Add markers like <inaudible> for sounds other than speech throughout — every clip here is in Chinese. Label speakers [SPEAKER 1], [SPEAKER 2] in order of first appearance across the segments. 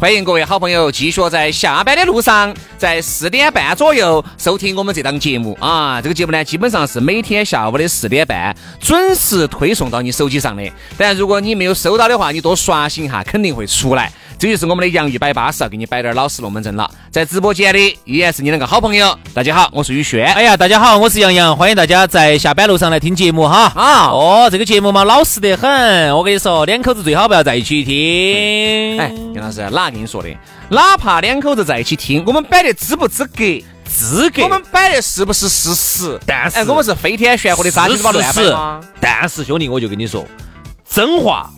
[SPEAKER 1] 欢迎各位好朋友继续在下班的路上，在四点半左右收听我们这档节目啊！这个节目呢，基本上是每天下午的四点半准时推送到你手机上的。当然，如果你没有收到的话，你多刷新一下，肯定会出来。这就是我们的洋芋摆巴适，给你摆点儿老实龙门阵了。在直播间的依然是你那个好朋友，大家好，我是宇轩。
[SPEAKER 2] 哎呀，大家好，我是杨洋，欢迎大家在下班路上来听节目哈。
[SPEAKER 1] 啊
[SPEAKER 2] 哦，这个节目嘛，老实得很。我跟你说，两口子最好不要在一起
[SPEAKER 3] 嗯
[SPEAKER 2] 听。
[SPEAKER 1] 哎，杨老师，哪跟你说的？哪怕两口子在一起听，我们摆的资不资格？
[SPEAKER 2] 资格
[SPEAKER 1] 我们摆的是不是事实？
[SPEAKER 2] 但是
[SPEAKER 1] 哎，我们是飞天悬火的渣，你
[SPEAKER 2] 是
[SPEAKER 1] 把乱摆
[SPEAKER 2] 是
[SPEAKER 1] 吗？，
[SPEAKER 2] 但是兄弟，我就跟你说，真话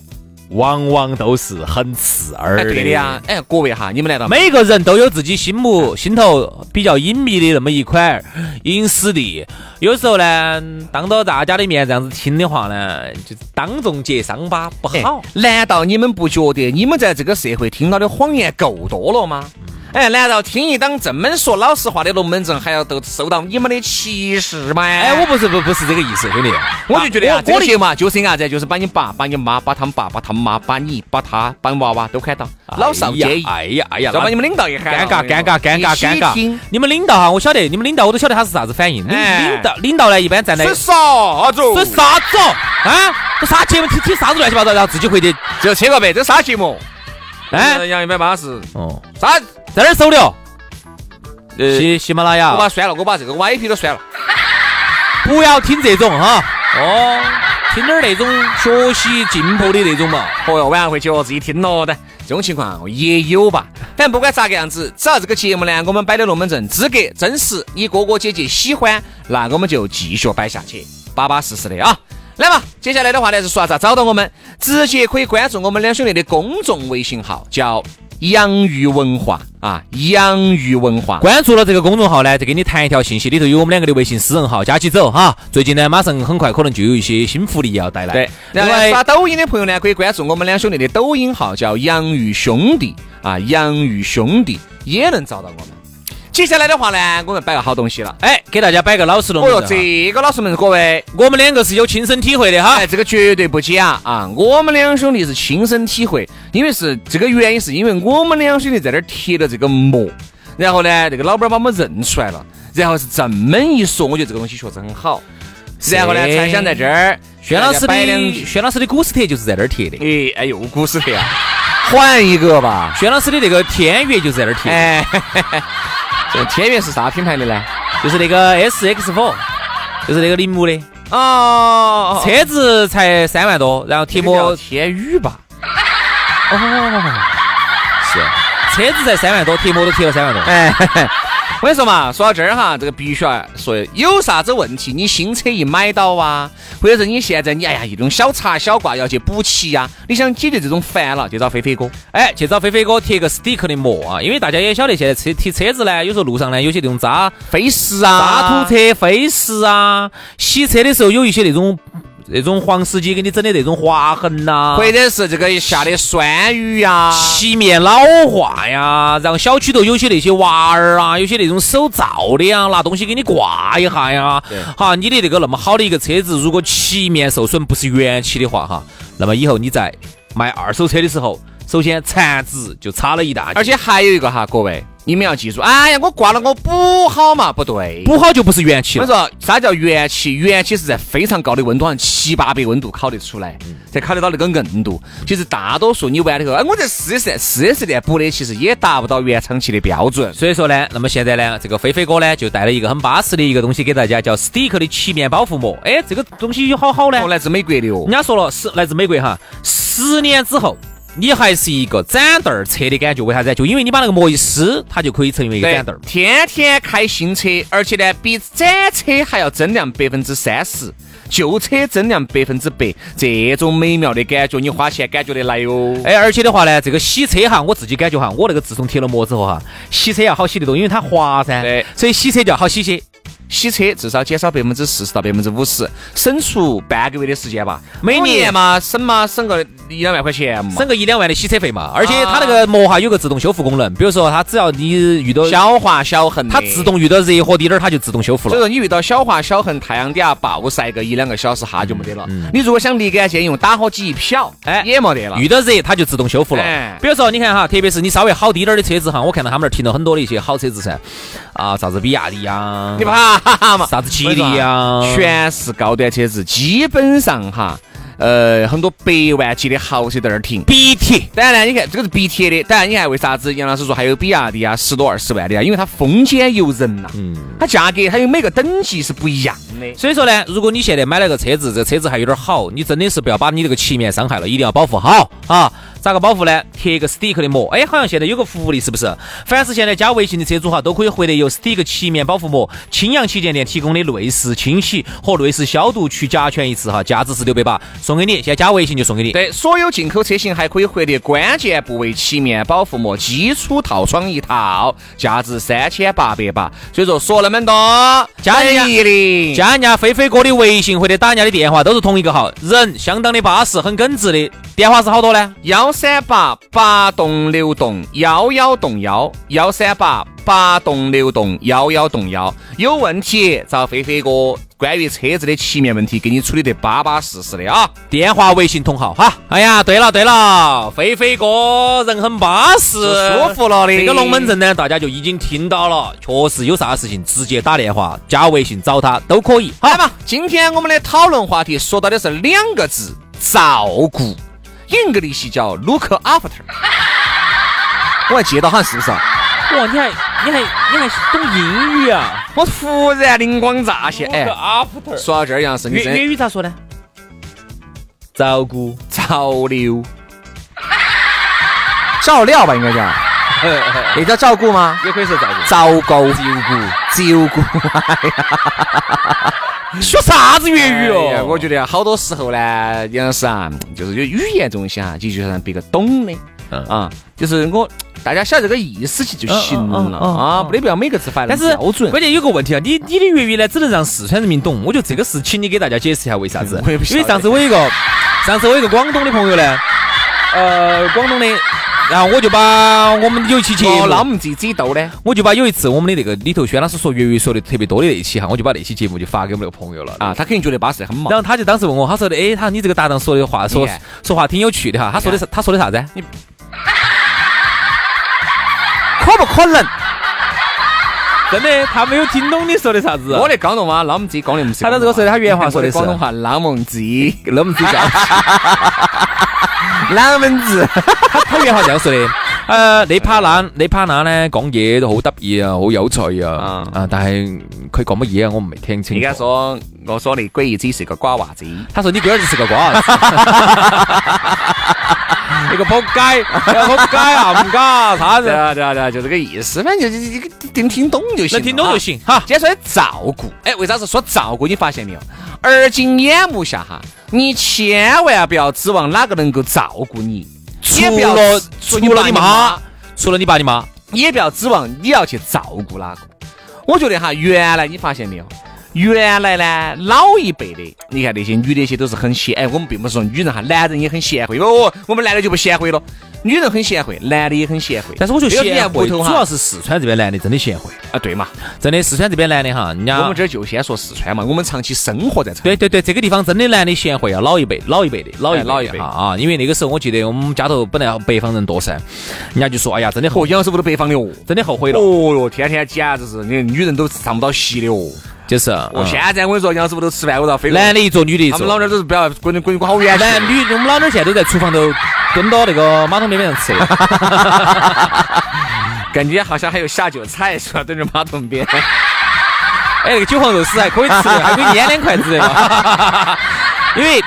[SPEAKER 2] 往往都是很刺耳
[SPEAKER 1] 哎，
[SPEAKER 2] 的。
[SPEAKER 1] 对的呀。哎，各位哈，你们难道
[SPEAKER 2] 啊每个人都有自己心目心头比较隐秘的那么一块隐私地，有时候呢，当着大家的面这样子听的话呢，就当众揭伤疤不
[SPEAKER 1] 哎
[SPEAKER 2] 好。
[SPEAKER 1] 难道你们不觉得你们在这个社会听到的谎言够多了吗？哎，难道听一档这么说老实话的龙门阵，还要都受到你们的歧视吗？
[SPEAKER 2] 哎，我不是不不是这个意思，兄弟，
[SPEAKER 1] <laughs> 我就觉得啊，
[SPEAKER 2] 我
[SPEAKER 1] 这
[SPEAKER 2] 我
[SPEAKER 1] 个
[SPEAKER 2] 的
[SPEAKER 1] 节目啊，就是啥子，就是把你爸、把你妈、把他们爸、把他们妈、把你、把他、把娃娃都喊到，老少皆宜。
[SPEAKER 2] 哎呀哎呀，
[SPEAKER 1] 要把
[SPEAKER 2] 那
[SPEAKER 1] 你们领导也喊
[SPEAKER 2] 尴
[SPEAKER 1] 到
[SPEAKER 2] 尬尴尬尴尬尴尬。你们领导啊哈，我晓得，你们领导我都晓得他是啥子反应。你
[SPEAKER 1] 哎
[SPEAKER 2] 领导领导呢，一般站在
[SPEAKER 1] 这啥子？
[SPEAKER 2] 这啥子哦啊？这啥节目听听啥子乱七八糟，然后自己回去
[SPEAKER 1] 就车个呗，这啥节目？嗯
[SPEAKER 2] 哎
[SPEAKER 1] 杨一百八十，
[SPEAKER 2] 哦，
[SPEAKER 1] 啥？
[SPEAKER 2] 在哪儿搜的哦？
[SPEAKER 1] 呃，
[SPEAKER 2] 喜喜马拉雅
[SPEAKER 1] 我，把删了，我把这个 YP 都删了。
[SPEAKER 2] 不要听这种哈。哦，听点儿那种学习进步的那种嘛。
[SPEAKER 1] 哦哟，晚上回去我自己听咯的，这种情况也有吧。反正不管咋个样子，只要这个节目呢，我们摆的龙门阵资格真实，你哥哥姐姐喜欢，那我们就继续摆下去，巴巴适适的啊。来嘛，接下来的话呢是说啥？找到我们，直接可以关注我们两兄弟的公众微信号，叫“洋芋文化”啊，“洋芋文化”。
[SPEAKER 2] 关注了这个公众号呢，再给你弹一条信息，里头有我们两个的微信私人号，加起走哈。最近呢，马上很快可能就有一些新福利要带来。
[SPEAKER 1] 对，
[SPEAKER 2] 另
[SPEAKER 1] 然后呢
[SPEAKER 2] 外
[SPEAKER 1] 刷抖音的朋友呢，可以关注我们两兄弟的抖音号，叫“洋芋兄弟”啊，“洋芋兄弟”也能找到我们。接下来的话呢，我们摆个好东西了。
[SPEAKER 2] 哎，给大家摆个老实龙
[SPEAKER 1] 哦
[SPEAKER 2] 门
[SPEAKER 1] 哟，
[SPEAKER 2] 阵哈。
[SPEAKER 1] 这个老师们，各位，
[SPEAKER 2] 我们两个是有亲身体会的哈
[SPEAKER 1] 哎，。这个绝对不假啊！我们两兄弟是亲身体会，因为是这个原因，是因为我们两兄弟在那儿贴了这个膜，然后呢，这个老板把我们认出来了，然后是这么一说，我觉得这个东西确实很好，然后呢，
[SPEAKER 2] 是
[SPEAKER 1] 才想在这儿
[SPEAKER 2] 轩老师
[SPEAKER 1] 摆两句
[SPEAKER 2] 的轩老师的古斯特就是在那儿贴的，
[SPEAKER 1] 哎哎呦，古斯特啊， <laughs> 换一个吧。
[SPEAKER 2] 轩老师的那个天悦就是在那儿贴的，
[SPEAKER 1] 哎， <laughs> 这天悦是啥品牌的呢？
[SPEAKER 2] 就是那个 S X Four，就是那个铃木的，
[SPEAKER 1] 哦，
[SPEAKER 2] 车子才三万多，然后贴
[SPEAKER 1] 这个叫
[SPEAKER 2] 膜
[SPEAKER 1] 天宇吧？
[SPEAKER 2] 是，车子才三万多，贴膜都贴了三万多。
[SPEAKER 1] 哎， <laughs> 我跟你说嘛，说到这儿哈，这个必须要说，有啥子问题，你新车一买到啊，或者是你现在你哎呀一种小擦小挂要去补齐呀，你想解决这种烦恼，就找飞飞哥。
[SPEAKER 2] 哎，去找飞飞哥贴个 stick 的膜啊，因为大家也晓得现在车贴车子呢，有时候路上呢有些那种渣
[SPEAKER 1] 飞石啊，
[SPEAKER 2] 渣土车、飞石啊，洗车的时候有一些那种那种黄司机给你整的那种划痕呐、
[SPEAKER 1] 或者是这个下的酸雨啊呀，
[SPEAKER 2] 漆面老化呀，然后小区头有些那些娃儿啊，有些那种手造的呀，拿东西给你挂一下呀
[SPEAKER 1] 对。
[SPEAKER 2] 哈，你的那个那么好的一个车子，如果漆面受损不是原漆的话，哈，那么以后你在卖二手车的时候，首先产值就差了一大截，
[SPEAKER 1] 而且还有一个哈，各位你们要记住，哎呀，我挂了我补好嘛，不对，
[SPEAKER 2] 补好就不是元气
[SPEAKER 1] 我跟
[SPEAKER 2] 了
[SPEAKER 1] 你。说，啥叫元气？元气是在非常高的温度上，七八百温度烤得出来，才烤得到那个硬度。其实大多数你完了以后，哎，我在四 S 店、四 S 店补的，其实也达不到原厂期的标准。
[SPEAKER 2] 所以说呢，那么现在呢，这个飞飞哥呢就带了一个很巴适的一个东西给大家，叫 Stick 的曲面包覆膜。哎，这个东西有好好呢，
[SPEAKER 1] 哦，来自美国的哦
[SPEAKER 2] 人，家说了，是来自美国哈，十年之后。你还是一个展凳儿车的感觉，为啥子？就因为你把那个膜一撕，它就可以成为一个
[SPEAKER 1] 对
[SPEAKER 2] 展凳儿，。
[SPEAKER 1] 天天开新车，而且呢，比展车还要增量百分之三十。旧车增量百分之百，这种美妙的感觉，你花钱感觉得来哟。
[SPEAKER 2] 哎，而且的话呢，这个洗车哈，我自己感觉哈，我那个自从贴了膜之后哈，洗车要好洗得多，因为它滑噻，
[SPEAKER 1] 对
[SPEAKER 2] 所以洗车就要好洗些。
[SPEAKER 1] 洗车至少减少百分之四十到百分之五十，省出半个月的时间吧。每
[SPEAKER 2] 哦
[SPEAKER 1] 年嘛，省嘛省个一两万块钱嘛
[SPEAKER 2] 省。个一两万的洗车费嘛。而且它那个膜哈有个自动修复功能，比如说它只要你遇到
[SPEAKER 1] 小划小痕的，
[SPEAKER 2] 它自。动遇到热和滴点儿，它就自动修复
[SPEAKER 1] 所以
[SPEAKER 2] 了。
[SPEAKER 1] 说你遇到小划小痕，太阳底下暴晒个一两个小时哈就没得了。你如果想立竿见影，打火机一瞟，
[SPEAKER 2] 嗯哎
[SPEAKER 1] 也没得了。
[SPEAKER 2] 遇到热，它就自动修复了
[SPEAKER 1] 哎。
[SPEAKER 2] 比如说，你看哈，特别是你稍微好滴点儿的车子哈，我看到他们那儿停了很多的一些好车子噻，啊，啥子比亚迪呀
[SPEAKER 1] 你，怕哈哈嘛？
[SPEAKER 2] 啥子吉利呀，
[SPEAKER 1] 全是高端车子，基本上哈，呃，很多百万级的豪车在那儿停。
[SPEAKER 2] 鼻贴。
[SPEAKER 1] 当然呢，你看这个是必贴的。当然，你看为啥子杨老师说还有比亚迪啊，十多二十万的啊？因为它风险由人呐、它价格它有每个等级是不一样的。
[SPEAKER 2] 所以说呢，如果你现在买了个车子，这车子还有点好，你真的是不要把你这个漆面伤害了，一定要保护好啊。咋个保护呢？贴一个 stick 的膜，哎，好像现在有个福利是不是？凡是现在加微信的车主哈，都可以获得由 stick 漆面保护膜青阳旗舰店提供的内饰清洗和内饰消毒去甲醛一次哈，价值是六百八，送给你。现在加微信就送给你。
[SPEAKER 1] 对，所有进口车型还可以获得关键部位漆面保护膜基础套装一套，价值三千八百八。所以说说那么多，
[SPEAKER 2] 加一下
[SPEAKER 1] 一零，
[SPEAKER 2] 加人家飞飞哥的微信或者打人家的电话都是同一个号，人相当的巴适，很耿直的。电话是好多呢？
[SPEAKER 1] 幺三八八栋六栋幺幺栋幺，幺三八八栋六栋幺幺栋幺。有问题找飞飞哥，关于车子的漆面问题，给你处理得巴巴适适的啊！
[SPEAKER 2] 电话、微信同号哈。哎呀，对了对了，飞飞哥人很巴适，
[SPEAKER 1] 舒服了的
[SPEAKER 2] 这个龙门阵呢，大家就已经听到了，确实有啥事情直接打电话、加微信找他都可以。
[SPEAKER 1] 好嘛，今天我们的讨论话题说到的是两个字：照顾。英格利系叫 look after。我还接到哈，是不是啊？
[SPEAKER 2] 哇，你还你还你还懂英语啊？
[SPEAKER 1] 我突然灵光乍现，哎，
[SPEAKER 2] after，
[SPEAKER 1] 说到这儿，杨老师，你
[SPEAKER 2] 粤
[SPEAKER 1] 真的
[SPEAKER 2] 粤语咋说呢？照顾，
[SPEAKER 1] 潮
[SPEAKER 2] <laughs>
[SPEAKER 1] 流，照料吧，应该 <laughs> 叫，也叫照顾吗？
[SPEAKER 2] 也可以说照顾。
[SPEAKER 1] 照顾，照顾，照顾。
[SPEAKER 2] <laughs> 说啥子粤语
[SPEAKER 1] 哎呀
[SPEAKER 2] 哦？
[SPEAKER 1] 我觉得啊好多时候呢，杨老师啊，就是有语言这种东西啊，你就要让别个懂的，
[SPEAKER 2] 嗯
[SPEAKER 1] 啊，就是我大家晓得这个意思就就行
[SPEAKER 2] 嗯嗯
[SPEAKER 1] 了
[SPEAKER 2] 嗯嗯
[SPEAKER 1] 啊，
[SPEAKER 2] 嗯
[SPEAKER 1] 没得必要每个字发得
[SPEAKER 2] 但
[SPEAKER 1] 那
[SPEAKER 2] 是
[SPEAKER 1] 么标准。？
[SPEAKER 2] 关键有个问题啊，你你的粤语呢，只能让四川人民懂。我觉得这个事情你给大家解释一下为啥子
[SPEAKER 1] <laughs> 我也不晓
[SPEAKER 2] 因
[SPEAKER 1] 得
[SPEAKER 2] 为上次我有一个，上次我有一个广东的朋友呢，呃，广东的，然后我就把我们有一期节目
[SPEAKER 1] 哦，，那我们自己自己斗呢？
[SPEAKER 2] 我就把有一次我们的那个李头轩老师说粤语说的特别多的那一期哈，我就把那期节目就发给我们那个朋友了
[SPEAKER 1] 啊，。他肯定觉得巴适，很忙
[SPEAKER 2] 然。后他就当时问我，他说的，哎，他说你这个搭档说的话，说
[SPEAKER 1] 你看
[SPEAKER 2] 说话挺有趣的哈。他说的是，他说的啥子？
[SPEAKER 1] 可不可能？
[SPEAKER 2] 真的，他没有听懂你说的啥子。啊
[SPEAKER 1] 我的广东话，那我们自己广东不是
[SPEAKER 2] 他
[SPEAKER 1] 广
[SPEAKER 2] 当
[SPEAKER 1] 东
[SPEAKER 2] 时我说
[SPEAKER 1] 话。
[SPEAKER 2] 的他原话说的是
[SPEAKER 1] 我广东 <laughs> 话，那我们自己，
[SPEAKER 2] 那么子讲。
[SPEAKER 1] 那我们自己。
[SPEAKER 2] 他原話就樣說的。誒，你怕冷，你怕冷咧，講嘢都好得意啊，好有趣啊。啊，但係佢講乜嘢啊，我唔係聽清
[SPEAKER 1] 你
[SPEAKER 2] 楚。
[SPEAKER 1] 该说，我说你鬼子是个瓜娃子。
[SPEAKER 2] 他說你龟兒子是個瓜
[SPEAKER 1] <laughs>
[SPEAKER 2] 兒子，你個仆街，你個仆街啊，唔噶，啥
[SPEAKER 1] <laughs>
[SPEAKER 2] 子？
[SPEAKER 1] 对啊对啊对啊，就这个意思，反正就就听听懂就行，
[SPEAKER 2] 能聽懂就。行哈。
[SPEAKER 1] 今天说的照顾，哎，为啥子说照顾？你发现没有？而今眼目下哈，你千万不要指望哪个能够照顾你，
[SPEAKER 2] 除
[SPEAKER 1] 也不要
[SPEAKER 2] 了
[SPEAKER 1] 指
[SPEAKER 2] 除
[SPEAKER 1] 你
[SPEAKER 2] 了
[SPEAKER 1] 爸
[SPEAKER 2] 你
[SPEAKER 1] 你
[SPEAKER 2] 媽
[SPEAKER 1] 妈，
[SPEAKER 2] 除了你爸你媽，
[SPEAKER 1] 也不要指望你要去照顾哪个。我觉得哈，原来你发现没有？原来呢，老一辈的，你看那些女的，些都是很贤。哎，我们并不是说女人哈，男人也很贤惠。哦，我们男的就不贤惠了。女人很贤惠，男的也很贤惠。
[SPEAKER 2] 但是我觉得
[SPEAKER 1] 这个你
[SPEAKER 2] 贤
[SPEAKER 1] 看
[SPEAKER 2] 惠
[SPEAKER 1] 屋
[SPEAKER 2] 主
[SPEAKER 1] 头
[SPEAKER 2] 要
[SPEAKER 1] 哈
[SPEAKER 2] 是四川这边男的真的贤惠，
[SPEAKER 1] 啊，对嘛，
[SPEAKER 2] 真的四川这边男的哈，人
[SPEAKER 1] 我
[SPEAKER 2] 家
[SPEAKER 1] 们这儿就先说四川嘛，我们长期生活在这儿。
[SPEAKER 2] 对对对，这个地方真的男的贤惠啊，老一辈，老一辈的，老一辈的
[SPEAKER 1] 哎老一辈
[SPEAKER 2] 哈啊，因为那个时候我记得我们家头本来北方人多噻，人家就说哎呀，真的后
[SPEAKER 1] 哦，杨老师屋头北方的哦。
[SPEAKER 2] 真的后悔了，
[SPEAKER 1] 哦哟，天天简直是，你女人都上不到席的哦。
[SPEAKER 2] 就是
[SPEAKER 1] 我
[SPEAKER 2] 嗯
[SPEAKER 1] 现在我跟你说，杨师傅都吃饭我都要飞过来
[SPEAKER 2] 男的一桌，女的一
[SPEAKER 1] 他
[SPEAKER 2] 桌
[SPEAKER 1] 们，老娘都是不要滚滚滚好远去。
[SPEAKER 2] 男女我们老娘现在都在厨房头蹲到那个马桶边边上
[SPEAKER 1] 哎
[SPEAKER 2] 吃的，
[SPEAKER 1] 感觉好像还有下酒菜是吧？蹲着马桶边，
[SPEAKER 2] 哎，那个韭黄肉丝还可以吃的，还可以腌两筷子的嘛，因为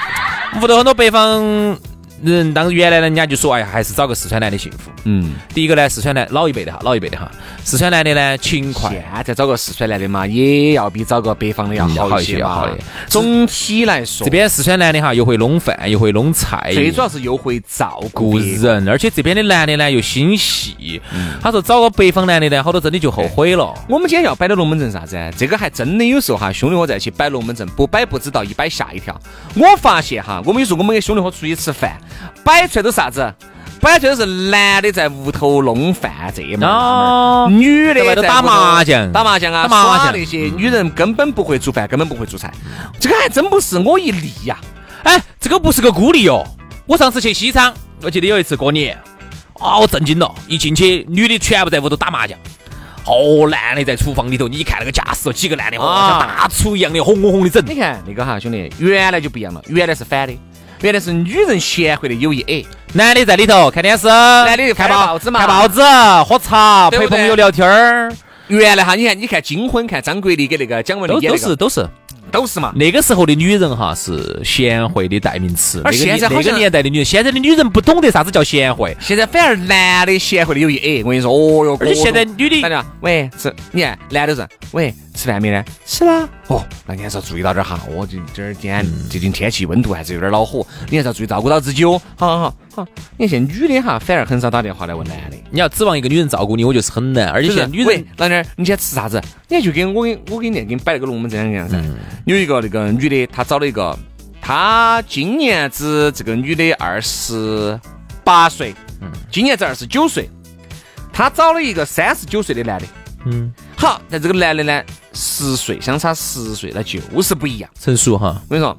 [SPEAKER 2] 屋头很多北方。人当原来人家就说，哎呀，还是找个四川男的幸福。
[SPEAKER 1] 嗯，
[SPEAKER 2] 第一个呢，四川男老一辈的哈，老一辈的哈，四川男的呢勤快，
[SPEAKER 1] 现啊在找个四川男的嘛，也要比找个北方的要
[SPEAKER 2] 嗯好
[SPEAKER 1] 好
[SPEAKER 2] 一
[SPEAKER 1] 一
[SPEAKER 2] 些
[SPEAKER 1] 些
[SPEAKER 2] 要好
[SPEAKER 1] 嘛
[SPEAKER 2] 一些。
[SPEAKER 1] 总体来说，
[SPEAKER 2] 这边四川男的哈，又会弄饭，又会弄菜，
[SPEAKER 1] 最主要是又会照
[SPEAKER 2] 顾
[SPEAKER 1] 顾别人。
[SPEAKER 2] 人，而且这边的男的呢又心细。他说找个北方男的呢，好多真的就后悔了。
[SPEAKER 1] 我们今天要摆的龙门阵是啥子啊？这个还真的有时候哈，兄弟伙在一起摆龙门阵，不摆不知道，一摆吓一跳。我发现哈，我们有时候我们跟兄弟伙出去吃饭，摆出来都是啥子？摆出来都是男的在屋头弄饭这嘛，
[SPEAKER 2] 哦
[SPEAKER 1] 女的
[SPEAKER 2] 在外头
[SPEAKER 1] 在
[SPEAKER 2] 打
[SPEAKER 1] 屋头
[SPEAKER 2] 麻将
[SPEAKER 1] 打麻将啊，
[SPEAKER 2] 打麻
[SPEAKER 1] 耍
[SPEAKER 2] 将嗯
[SPEAKER 1] 那些女人根本不会煮饭，根本不会做菜。这个还真不是我一例呀、
[SPEAKER 2] 哎，这个不是个孤立哦。我上次去西昌，我记得有一次过年，啊，我震惊了，一进去女的全部在屋头打麻将。哦，男的在厨房里头，你一看那个架势，几个男的哦，
[SPEAKER 1] 啊
[SPEAKER 2] 像
[SPEAKER 1] 哎
[SPEAKER 2] 大厨一样的，红红红的整。
[SPEAKER 1] 你看那个哈，兄弟，原来就不一样了，原来是反的，原来是女人贤惠的哎有一矮。
[SPEAKER 2] 男的在里头看电视，男
[SPEAKER 1] 的就
[SPEAKER 2] 看
[SPEAKER 1] 翻
[SPEAKER 2] 报
[SPEAKER 1] 报纸嘛
[SPEAKER 2] 看报纸，喝茶，
[SPEAKER 1] 对
[SPEAKER 2] 陪
[SPEAKER 1] 不对
[SPEAKER 2] 朋友聊天儿，
[SPEAKER 1] 原来哈，你看，你看《金婚》，看张国立跟那个蒋雯
[SPEAKER 2] 都
[SPEAKER 1] 丽演
[SPEAKER 2] 都
[SPEAKER 1] 哦那个
[SPEAKER 2] 是，都是。
[SPEAKER 1] 都是嘛。
[SPEAKER 2] 那个时候的女人哈是贤惠的代名词，
[SPEAKER 1] 而
[SPEAKER 2] 那个
[SPEAKER 1] 现在
[SPEAKER 2] 年
[SPEAKER 1] 好
[SPEAKER 2] 那个
[SPEAKER 1] 像
[SPEAKER 2] 年代的女人，现在的女人不懂得啥子叫贤惠，
[SPEAKER 1] 现在反而男的贤惠的有一矮，我跟你说，哦哟，
[SPEAKER 2] 而且
[SPEAKER 1] 各种
[SPEAKER 2] 现在女
[SPEAKER 1] 大
[SPEAKER 2] 的
[SPEAKER 1] 家喂吃，你看男的是喂吃饭没呢？吃了。哦，那你还是要注意到点哈，我这这儿今天
[SPEAKER 2] 嗯
[SPEAKER 1] 最近天气温度还是有点恼火，你还是要注意照顾到自己哦。好好好好，你看现在女的哈，反而很少打电话来问男的。
[SPEAKER 2] 你要指望一个女人照顾你，我觉得是很难。而且
[SPEAKER 1] 就
[SPEAKER 2] 现在
[SPEAKER 1] 是
[SPEAKER 2] 女
[SPEAKER 1] 喂
[SPEAKER 2] 人，
[SPEAKER 1] 老娘儿，你今天吃啥子？你看就跟我给我给你给你摆了个龙门阵样噻。有一个那个女的，她找了一个，她今年子这个女的二十八岁，今年子二十九岁，她找了一个三十九岁的男的。
[SPEAKER 2] 嗯，
[SPEAKER 1] 好，但这个男的呢，十岁相差十岁，那就是不一样。
[SPEAKER 2] 成熟哈，
[SPEAKER 1] 我跟你说，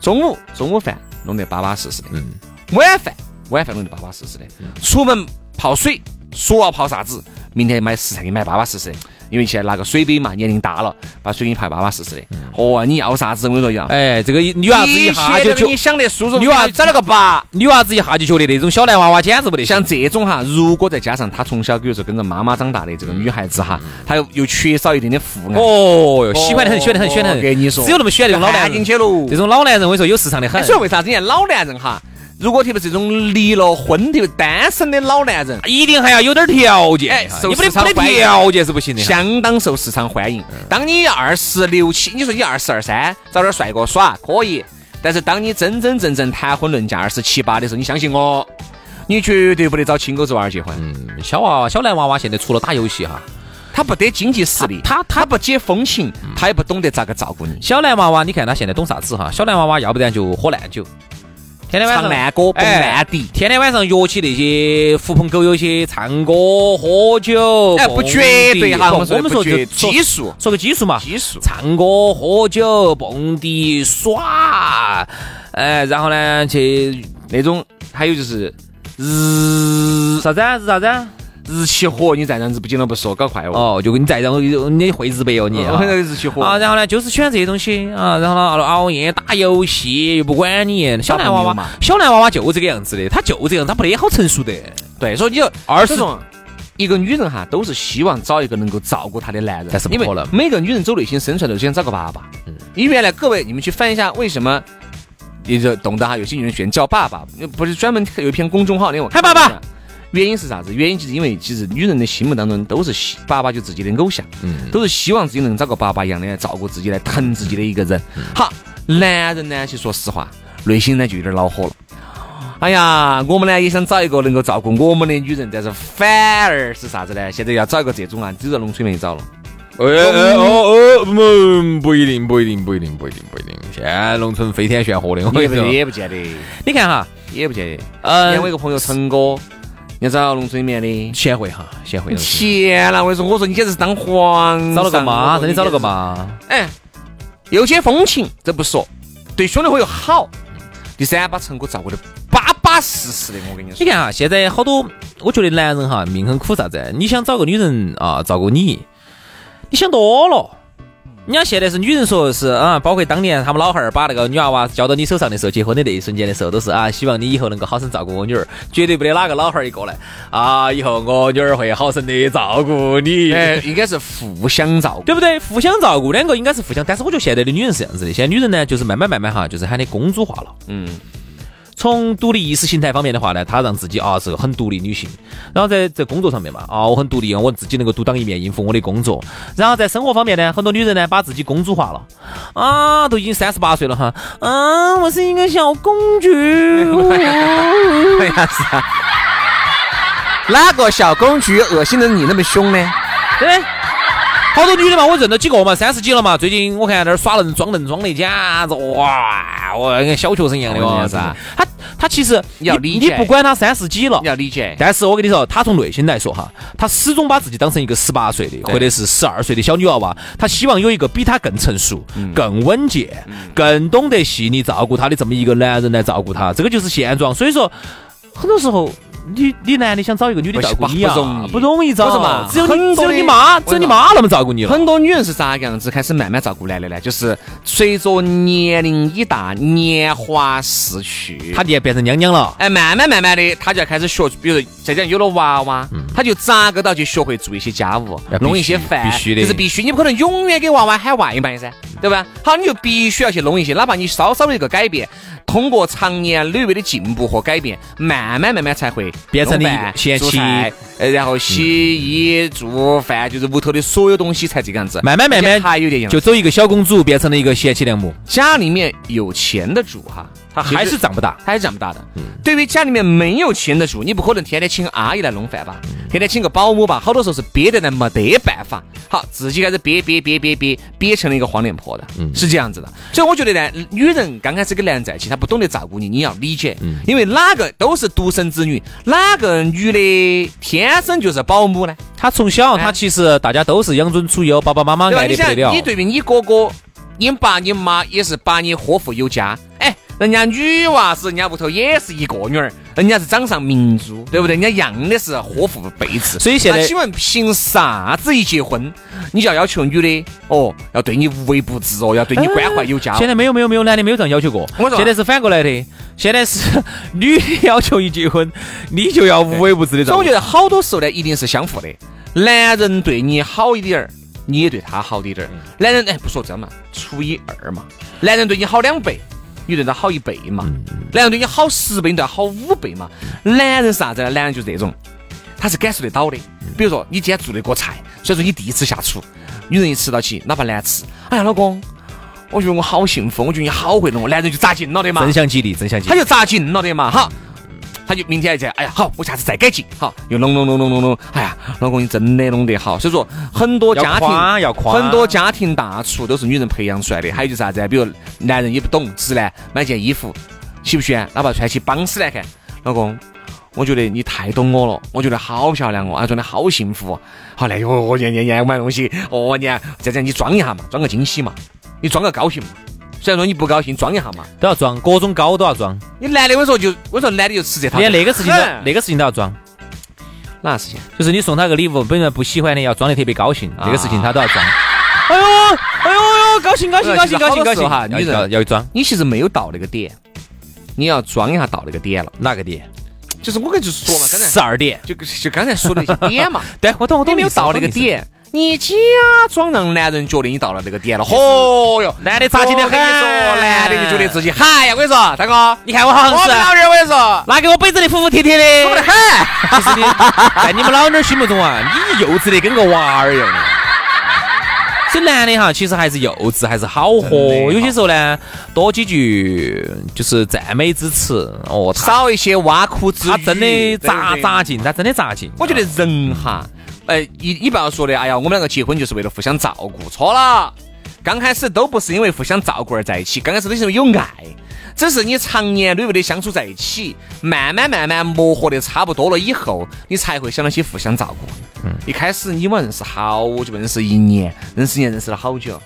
[SPEAKER 1] 中午中午饭弄得巴巴适适的，
[SPEAKER 2] 嗯
[SPEAKER 1] 晚饭晚饭弄得巴巴适适的，出门泡水，说要泡啥子，明天买食材给你买巴巴适适的，因为现在拿个水杯嘛，年龄大了，把水给你泡巴巴适适的。哦，你要啥子？我跟你说一样，
[SPEAKER 2] 嗯 <laughs> 哎，这个女娃子一下
[SPEAKER 1] 切
[SPEAKER 2] 就
[SPEAKER 1] 都给
[SPEAKER 2] 就
[SPEAKER 1] 你想得舒服，
[SPEAKER 2] 女娃子
[SPEAKER 1] 找了个八。
[SPEAKER 2] 女娃子一下就觉得那种小男娃娃简直不得行
[SPEAKER 1] 像。这种哈，如果再加上她从小比如说跟着妈妈长大的这个女孩子哈，她又又缺少一定的父爱，
[SPEAKER 2] 嗯
[SPEAKER 1] 哦
[SPEAKER 2] 哦哟，喜欢的很，喜欢的很，喜欢的很。
[SPEAKER 1] 跟你说
[SPEAKER 2] 只有那么喜欢这种老男
[SPEAKER 1] 就
[SPEAKER 2] 人
[SPEAKER 1] 陷进去喽
[SPEAKER 2] 这种老男人，我跟你说有市场的很
[SPEAKER 1] 哎，。所以为啥子人家老男人哈，如果特别是这种离了婚、特别单身的老男人，
[SPEAKER 2] 一定还要有点条件
[SPEAKER 1] 哎
[SPEAKER 2] 哈，
[SPEAKER 1] 受
[SPEAKER 2] 你不得
[SPEAKER 1] 市场
[SPEAKER 2] 不得
[SPEAKER 1] 欢迎
[SPEAKER 2] 条件是不行的哈。
[SPEAKER 1] 相当受市场欢迎。当你二十六七，你说你二十二三，找点帅哥耍可以，但是当你真真正正谈婚论嫁二十七八的时候，你相信我，你绝对不得找亲狗子娃儿结婚，
[SPEAKER 2] 嗯小娃娃、小男娃娃现在除了打游戏哈，
[SPEAKER 1] 他不得经济实力，他他不解风情，他也不懂得咋个照顾你。
[SPEAKER 2] 小男娃娃，你看他现在懂啥子哈？小男娃娃要不然就喝烂酒，天天晚上
[SPEAKER 1] 唱烂歌蹦
[SPEAKER 2] 哎
[SPEAKER 1] 烂迪
[SPEAKER 2] 天天晚上约起那些狐朋狗友去唱歌、喝酒。
[SPEAKER 1] 哎，不绝对哈，
[SPEAKER 2] 蹦
[SPEAKER 1] 我
[SPEAKER 2] 迪我
[SPEAKER 1] 们
[SPEAKER 2] 们
[SPEAKER 1] 说
[SPEAKER 2] 说
[SPEAKER 1] 的不绝
[SPEAKER 2] 就
[SPEAKER 1] 基数，
[SPEAKER 2] 说个基数嘛，
[SPEAKER 1] 基数
[SPEAKER 2] 唱歌、喝酒、蹦迪、耍，哎，然后呢去
[SPEAKER 1] 那种，还有就是
[SPEAKER 2] 日啥子啊？日啥子啊？
[SPEAKER 1] 日期火，你再这样子不紧了不说，搞快哦。
[SPEAKER 2] 哦，就你再让我，你会日白哦你啊。
[SPEAKER 1] 日期火
[SPEAKER 2] 啊，然后呢，就是喜欢这些东西啊，然后呢，熬夜打游戏又不管你，小男娃
[SPEAKER 1] 打朋
[SPEAKER 2] 娃
[SPEAKER 1] 友嘛，
[SPEAKER 2] 小男娃娃就这个样子的，他就这样，他不得好成熟的。
[SPEAKER 1] 对，所以你就
[SPEAKER 2] 二十
[SPEAKER 1] 这种一个女人哈，都是希望找一个能够照顾她的男人，
[SPEAKER 2] 但是不
[SPEAKER 1] 因为
[SPEAKER 2] 可能
[SPEAKER 1] 每个女人走内心深处都想找个爸爸。你原来各位，你们去翻一下，为什么你就懂得哈？有些女人喜欢叫爸爸，不是专门有一篇公众号那我看
[SPEAKER 2] 嗨爸爸
[SPEAKER 1] 了一下。原因是啥子？原因就是因为其实女人的心目当中都是希爸爸就自己的偶像，
[SPEAKER 3] 嗯
[SPEAKER 1] 都是希望自己能找个爸爸一样的来照顾自己、来疼自己的一个人。
[SPEAKER 3] 嗯
[SPEAKER 1] 好，男人呢，其实说实话，内心呢就有点恼火了。哎呀，我们呢也想找一个能够照顾我们的女人，但是反而是啥子呢？现在要找一个这种啊，只有在农村里面找了。
[SPEAKER 3] 哎哎哦哦，嗯，不一定，不一定，不一定，不一定，不一定。现在农村飞天炫火的，我跟你
[SPEAKER 1] 也不
[SPEAKER 3] 说，
[SPEAKER 1] 也不见得，
[SPEAKER 2] 你看哈，
[SPEAKER 1] 也不见得。
[SPEAKER 2] 呃
[SPEAKER 1] 嗯，我有个朋友陈哥，你知道农村里面的。
[SPEAKER 2] 贤惠哈，贤惠，
[SPEAKER 1] 天呐，我跟你说，我说你简直是当皇上，
[SPEAKER 2] 找了个妈，
[SPEAKER 1] 我说
[SPEAKER 2] 真
[SPEAKER 1] 你
[SPEAKER 2] 的找了个
[SPEAKER 1] 简直
[SPEAKER 2] 妈。
[SPEAKER 1] 哎，有些风情，这不说，对兄弟伙又好。第三，把成果照顾得巴巴适适的，我跟你 <laughs>
[SPEAKER 2] 你
[SPEAKER 1] 说。
[SPEAKER 2] 看啊，现在好多，我觉得男人哈命很苦，啥子？你想找个女人啊，照顾你，你想多了。人家现在是女人说是啊，包括当年他们老汉儿把那个女娃娃交到你手上的时候，结婚的那一瞬间的时候，都是啊，希望你以后能够好生照顾我女儿，绝对不得哪个老汉儿一过来啊，以后我女儿会好生的照顾你。
[SPEAKER 1] 哎，应该是互相照顾。
[SPEAKER 2] 对不对？互相照顾，两个应该是互相。但是我觉得现在的女人是这样子的，现在女人呢，就是慢慢慢慢哈，就是喊的公主化了。
[SPEAKER 1] 嗯，
[SPEAKER 2] 从独立意识形态方面的话呢，她让自己啊是个很独立女性，然后在在工作上面嘛，啊我很独立，我自己能够独当一面应付我的工作。然后在生活方面呢，很多女人呢把自己公主化了，啊都已经三十八岁了哈，啊我是一个小公主，
[SPEAKER 1] 哎 <laughs> 呀是啊。哪个小公举恶心的你那么凶呢？
[SPEAKER 2] 对。好多女的嘛，我认了几个嘛，三十几了嘛。最近我看那儿耍能装能装的，简直哇，我跟小学生一样的
[SPEAKER 1] 哦
[SPEAKER 2] 哇，
[SPEAKER 1] 是啊
[SPEAKER 2] 她她其实
[SPEAKER 1] 你要理
[SPEAKER 2] 你
[SPEAKER 1] 解
[SPEAKER 2] 不管她三十几了
[SPEAKER 1] 你， <laughs> 要理解，
[SPEAKER 2] 但是我跟你说，她从内心来说哈，她始终把自己当成一个十八岁的或者是十二岁的小女娃娃，她希望有一个比她更成熟、
[SPEAKER 1] 嗯
[SPEAKER 2] 更稳健、更懂得细腻照顾她的这么一个男人来照顾她，这个就是现状。所以说，很多时候。你你男的想找一个女的照顾你啊，
[SPEAKER 1] 不容易
[SPEAKER 2] 不容易找
[SPEAKER 1] 不是嘛
[SPEAKER 2] 只有你
[SPEAKER 1] 很
[SPEAKER 2] 只
[SPEAKER 1] 多
[SPEAKER 2] 有
[SPEAKER 1] 的
[SPEAKER 2] 你妈，只有你妈那么照顾你了。
[SPEAKER 1] 很多女人是咋个样子开始慢慢照顾男的呢？就是随着年龄已大，年华逝去，
[SPEAKER 2] 她就变成娘娘了，
[SPEAKER 1] 哎，慢慢慢慢的，他就要开始学，比如说再讲有了娃娃，他就咋个都要去学会做一些家务
[SPEAKER 2] 哎，嗯
[SPEAKER 1] 弄一
[SPEAKER 2] 必须
[SPEAKER 1] 些饭，
[SPEAKER 2] 必须的
[SPEAKER 1] 这是必须。你不可能永远给娃娃喊外卖噻，对吧？好，你就必须要去弄一些，哪怕你稍稍的一个改变，通过长年累月的进步和改变，慢慢慢慢才会
[SPEAKER 2] 变成
[SPEAKER 1] 弄
[SPEAKER 2] 了一个
[SPEAKER 1] 饭
[SPEAKER 2] 贤
[SPEAKER 1] 做
[SPEAKER 2] 妻
[SPEAKER 1] 菜呃然后洗衣做饭，就是屋头的所有东西才这个样子，
[SPEAKER 2] 慢慢慢慢
[SPEAKER 1] 还有点样子。
[SPEAKER 2] 就走一个小公主变成了一个贤妻良母，
[SPEAKER 1] 家里面有钱的主哈，他
[SPEAKER 2] 还是长不大。
[SPEAKER 1] 还是长不大的。嗯对于家里面没有钱的主，你不可能天啊天请阿姨来弄饭吧，天天请个保姆吧，好多时候是憋得来没得办法，好自己开始憋憋憋憋憋憋成了一个黄脸婆的，是这样子的。所以我觉得呢，女人刚开始跟男人在一起，她不懂得照顾你，你要理解，因为哪个都是独生子女，哪个女的天生就是保姆呢？
[SPEAKER 2] 她从小，
[SPEAKER 1] 哎
[SPEAKER 2] 她其实大家都是养尊处优，爸爸妈妈
[SPEAKER 1] 对吧？
[SPEAKER 2] 爱的
[SPEAKER 1] 你
[SPEAKER 2] 不
[SPEAKER 1] 想
[SPEAKER 2] 得了。，
[SPEAKER 1] 你对于你哥哥、你爸、你妈也是把你呵护有加。哎，人家女娃是人家屋头也是一个女儿，人家是掌上明珠，对不对？人家一样的是呵护备至。
[SPEAKER 2] 所以现在
[SPEAKER 1] 那请问凭啥子一结婚，你就要要求女的哦，要对你无微不至哦，要对你关怀有加哦？
[SPEAKER 2] 现在没有没有没有，男的没有这样要求过
[SPEAKER 1] 我。说
[SPEAKER 2] 现在是反过来的，现在是女的要求一结婚，你就要无微不至的
[SPEAKER 1] 所以
[SPEAKER 2] 照
[SPEAKER 1] 我
[SPEAKER 2] 顾
[SPEAKER 1] 觉。得好多时候呢，一定是相互的。男人对你好一点儿，你也对他好一点儿。男人哎，不说这样嘛，除以二嘛。男人对你好两倍，你对他好一倍嘛。男人对你好十倍，你对他好五倍嘛。男人是啥子呢？男人就是这种，他是感受得到的。比如说你今天做了一锅菜，虽然说你第一次下厨，女人一吃到起，哪怕难吃，哎呀，老公，我觉得我好幸福，我觉得你好会弄，男人就扎劲了的嘛。
[SPEAKER 2] 正向激励，正向激
[SPEAKER 1] 他
[SPEAKER 2] 励。
[SPEAKER 1] 就扎紧了的嘛，哈。他就明天再，哎呀，好，我下次再改进，好，又弄弄弄弄弄弄，哎呀，老公你真的弄得好，所以说很多家
[SPEAKER 2] 要
[SPEAKER 1] 庭
[SPEAKER 2] 夸要夸
[SPEAKER 1] 很多家庭大厨都是女人培养出来的。还有就是啥子啊，比如男人也不懂，直男买件衣服喜不喜欢，哪怕穿起绑死来看，老公，我觉得你太懂我了，我觉得好漂亮哦，啊，装的好幸福哦，好嘞，我我年年年买东西，哦年，这样你装一下嘛，装个惊喜嘛，你装个高兴嘛，虽然说你不高兴，装一下嘛。
[SPEAKER 2] 都要装，各种高都要装，
[SPEAKER 1] 你男的，我说就我说男的就吃这套，
[SPEAKER 2] 连那个事情都
[SPEAKER 1] 嗯
[SPEAKER 2] 那个事情都要装，
[SPEAKER 1] 哪事情？
[SPEAKER 2] 就是你送他个礼物，本来不喜欢的，要装的特别高兴，
[SPEAKER 1] 啊
[SPEAKER 2] 那个事情他都要装。哎呦，哎呦呦，高兴高兴高兴高兴高兴
[SPEAKER 1] 好多时候哈女人
[SPEAKER 2] 要要装
[SPEAKER 1] 你其实没有到那个点，你要装一下到那个点了。
[SPEAKER 2] 哪个点？
[SPEAKER 1] 就是啊我跟你说嘛，刚才
[SPEAKER 2] 十二点。
[SPEAKER 1] 就就刚才说的一些点 <laughs> 嘛，
[SPEAKER 2] 对，我懂我
[SPEAKER 1] 你
[SPEAKER 2] 懂，
[SPEAKER 1] 没有到那个
[SPEAKER 2] 点。
[SPEAKER 1] 点，你假装让男人觉得你到了那个点 <laughs> 了。嚯哟，
[SPEAKER 2] 男的扎
[SPEAKER 1] 我
[SPEAKER 2] 起
[SPEAKER 1] 跟
[SPEAKER 2] 的
[SPEAKER 1] 你
[SPEAKER 2] 很，
[SPEAKER 1] 说，男的就觉得自己嗨呀！我跟你说，大哥，
[SPEAKER 2] 你看我好
[SPEAKER 1] 我
[SPEAKER 2] 像
[SPEAKER 1] 们
[SPEAKER 2] 是
[SPEAKER 1] 老二，我跟你说，
[SPEAKER 2] 拿给我背着的服服帖帖的，
[SPEAKER 1] 我的很。
[SPEAKER 2] <laughs> 其实你在你们老娘儿心目中啊，你幼稚的跟个娃儿一样的。啊这男的哈，其实还是幼稚，还是好
[SPEAKER 1] 真
[SPEAKER 2] 活。
[SPEAKER 1] 的
[SPEAKER 2] 有些时候呢，多几句就是赞美之词哦。他
[SPEAKER 1] 少一些挖苦之
[SPEAKER 2] 他
[SPEAKER 1] 语
[SPEAKER 2] 真的
[SPEAKER 1] 对不
[SPEAKER 2] 扎
[SPEAKER 1] 对
[SPEAKER 2] 扎劲，他真的扎劲。啊
[SPEAKER 1] 我觉得人哈，呃，你你不要说的，哎呀，我们两个结婚就是为了互相照顾，错了。刚开始都不是因为互相照顾而在一起，刚开始都是因为有爱，只是你常年累月的相处在一起，慢慢慢慢磨合的差不多了以后，你才会想到去互相照顾。嗯，一开始你们认识好久，认识一年，认识一年认识了好久，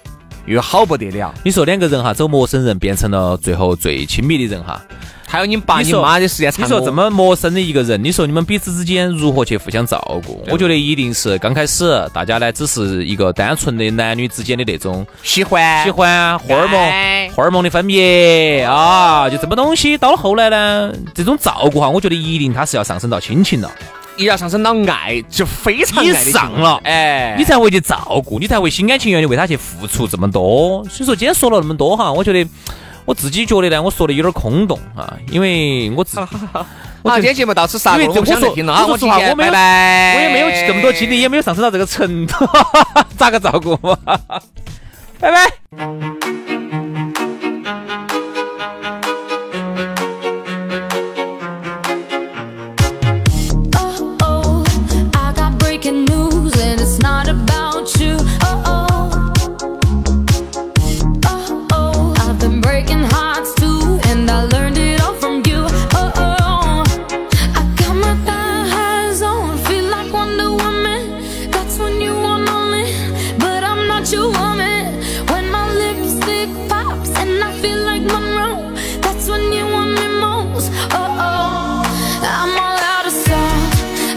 [SPEAKER 1] 又好不得了。
[SPEAKER 2] 你说两个人哈，走陌生人变成了最后最亲密的人哈。
[SPEAKER 1] 还有你爸你
[SPEAKER 2] 说
[SPEAKER 1] 妈的时间长
[SPEAKER 2] 你
[SPEAKER 1] 哦，
[SPEAKER 2] 说这么陌生的一个人，你说你们彼此之间如何去互相照顾？我觉得一定是刚开始大家呢，只是一个单纯的男女之间的那种
[SPEAKER 1] 喜欢
[SPEAKER 2] 喜欢啊荷尔
[SPEAKER 1] 哎
[SPEAKER 2] 蒙、荷尔蒙的分泌啊，就这么东西。到了后来呢，这种照顾哈，啊我觉得一定它是要上升到亲情了，
[SPEAKER 1] 也要上升到爱，就非常
[SPEAKER 2] 以
[SPEAKER 1] 爱的
[SPEAKER 2] 上了，
[SPEAKER 1] 哎，
[SPEAKER 2] 你才会去照顾，你才会心甘情愿的为他去付出这么多。所以说今天说了那么多哈，我觉得我自己觉得呢，我说的有点空洞啊，因为我
[SPEAKER 1] <laughs> 啊
[SPEAKER 2] 自己。我
[SPEAKER 1] 好，
[SPEAKER 2] 觉得
[SPEAKER 1] 今天节目到此煞
[SPEAKER 2] 因为
[SPEAKER 1] 过
[SPEAKER 2] 这
[SPEAKER 1] 了，我不想
[SPEAKER 2] 我
[SPEAKER 1] 再
[SPEAKER 2] 说
[SPEAKER 1] 听了啊！
[SPEAKER 2] 我说
[SPEAKER 1] 我提
[SPEAKER 2] 实话
[SPEAKER 1] 前
[SPEAKER 2] 我没
[SPEAKER 1] 拜
[SPEAKER 2] 有
[SPEAKER 1] 拜。
[SPEAKER 2] 我也没有这么多精力，也没有上升到这个程度， <laughs> 咋个照顾嘛？ <laughs> 拜拜。
[SPEAKER 4] Oh oh, I got breaking news and it's not about you. Oh oh, oh oh, I've been breaking hearts too and I learned it all from you. Oh oh, I got my thighs on, feel like Wonder Woman. That's when you want on me, but I'm not your woman. When my lipstick pops and I feel like Monroe, that's when you want me most. Oh oh, I'm all out of sorrow.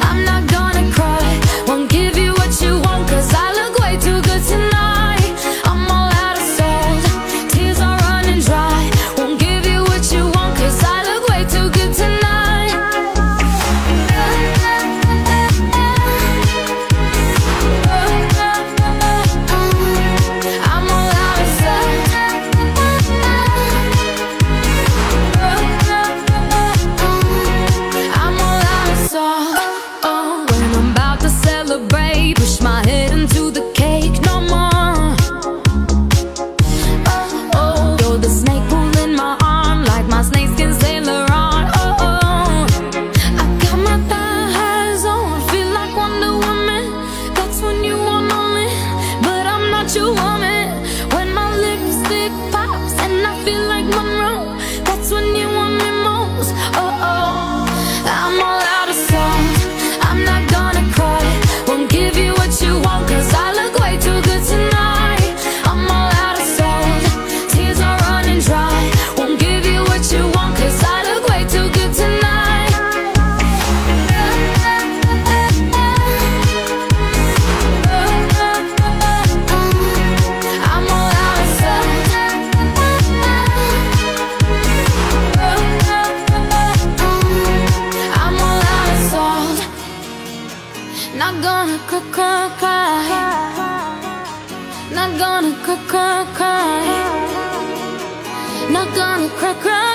[SPEAKER 4] I'm not gonna cry. Won't give you what you want, cause I look way too good tonight. I'm all out of salt. Tears are running dry. Won't give you what you want, cause I look way too good tonight. I'm all out of salt. I'm all out of salt. Oh, when I'm about to celebrate, push my head into the cake no more. Oh, oh, you're the snake pulling my arm like my snakeskin Sailor on. Oh, oh, I got my thighs on, feel like Wonder Woman. That's when you want on me, but I'm not your woman. When my lipstick pops and I feel like Monroe, that's when you want me most. Oh, oh, I'm all out of salt. I'm not gonna cry. Won't give you what you want, cause I look way too good tonight. I'm all out of salt. Tears are running dry. Won't give you what you want, cause I look way too good tonight. I'm all out of salt. I'm all out of salt. Not gonna cry, cry, cry. Not gonna cry, cry, cry. Not gonna cry, cry.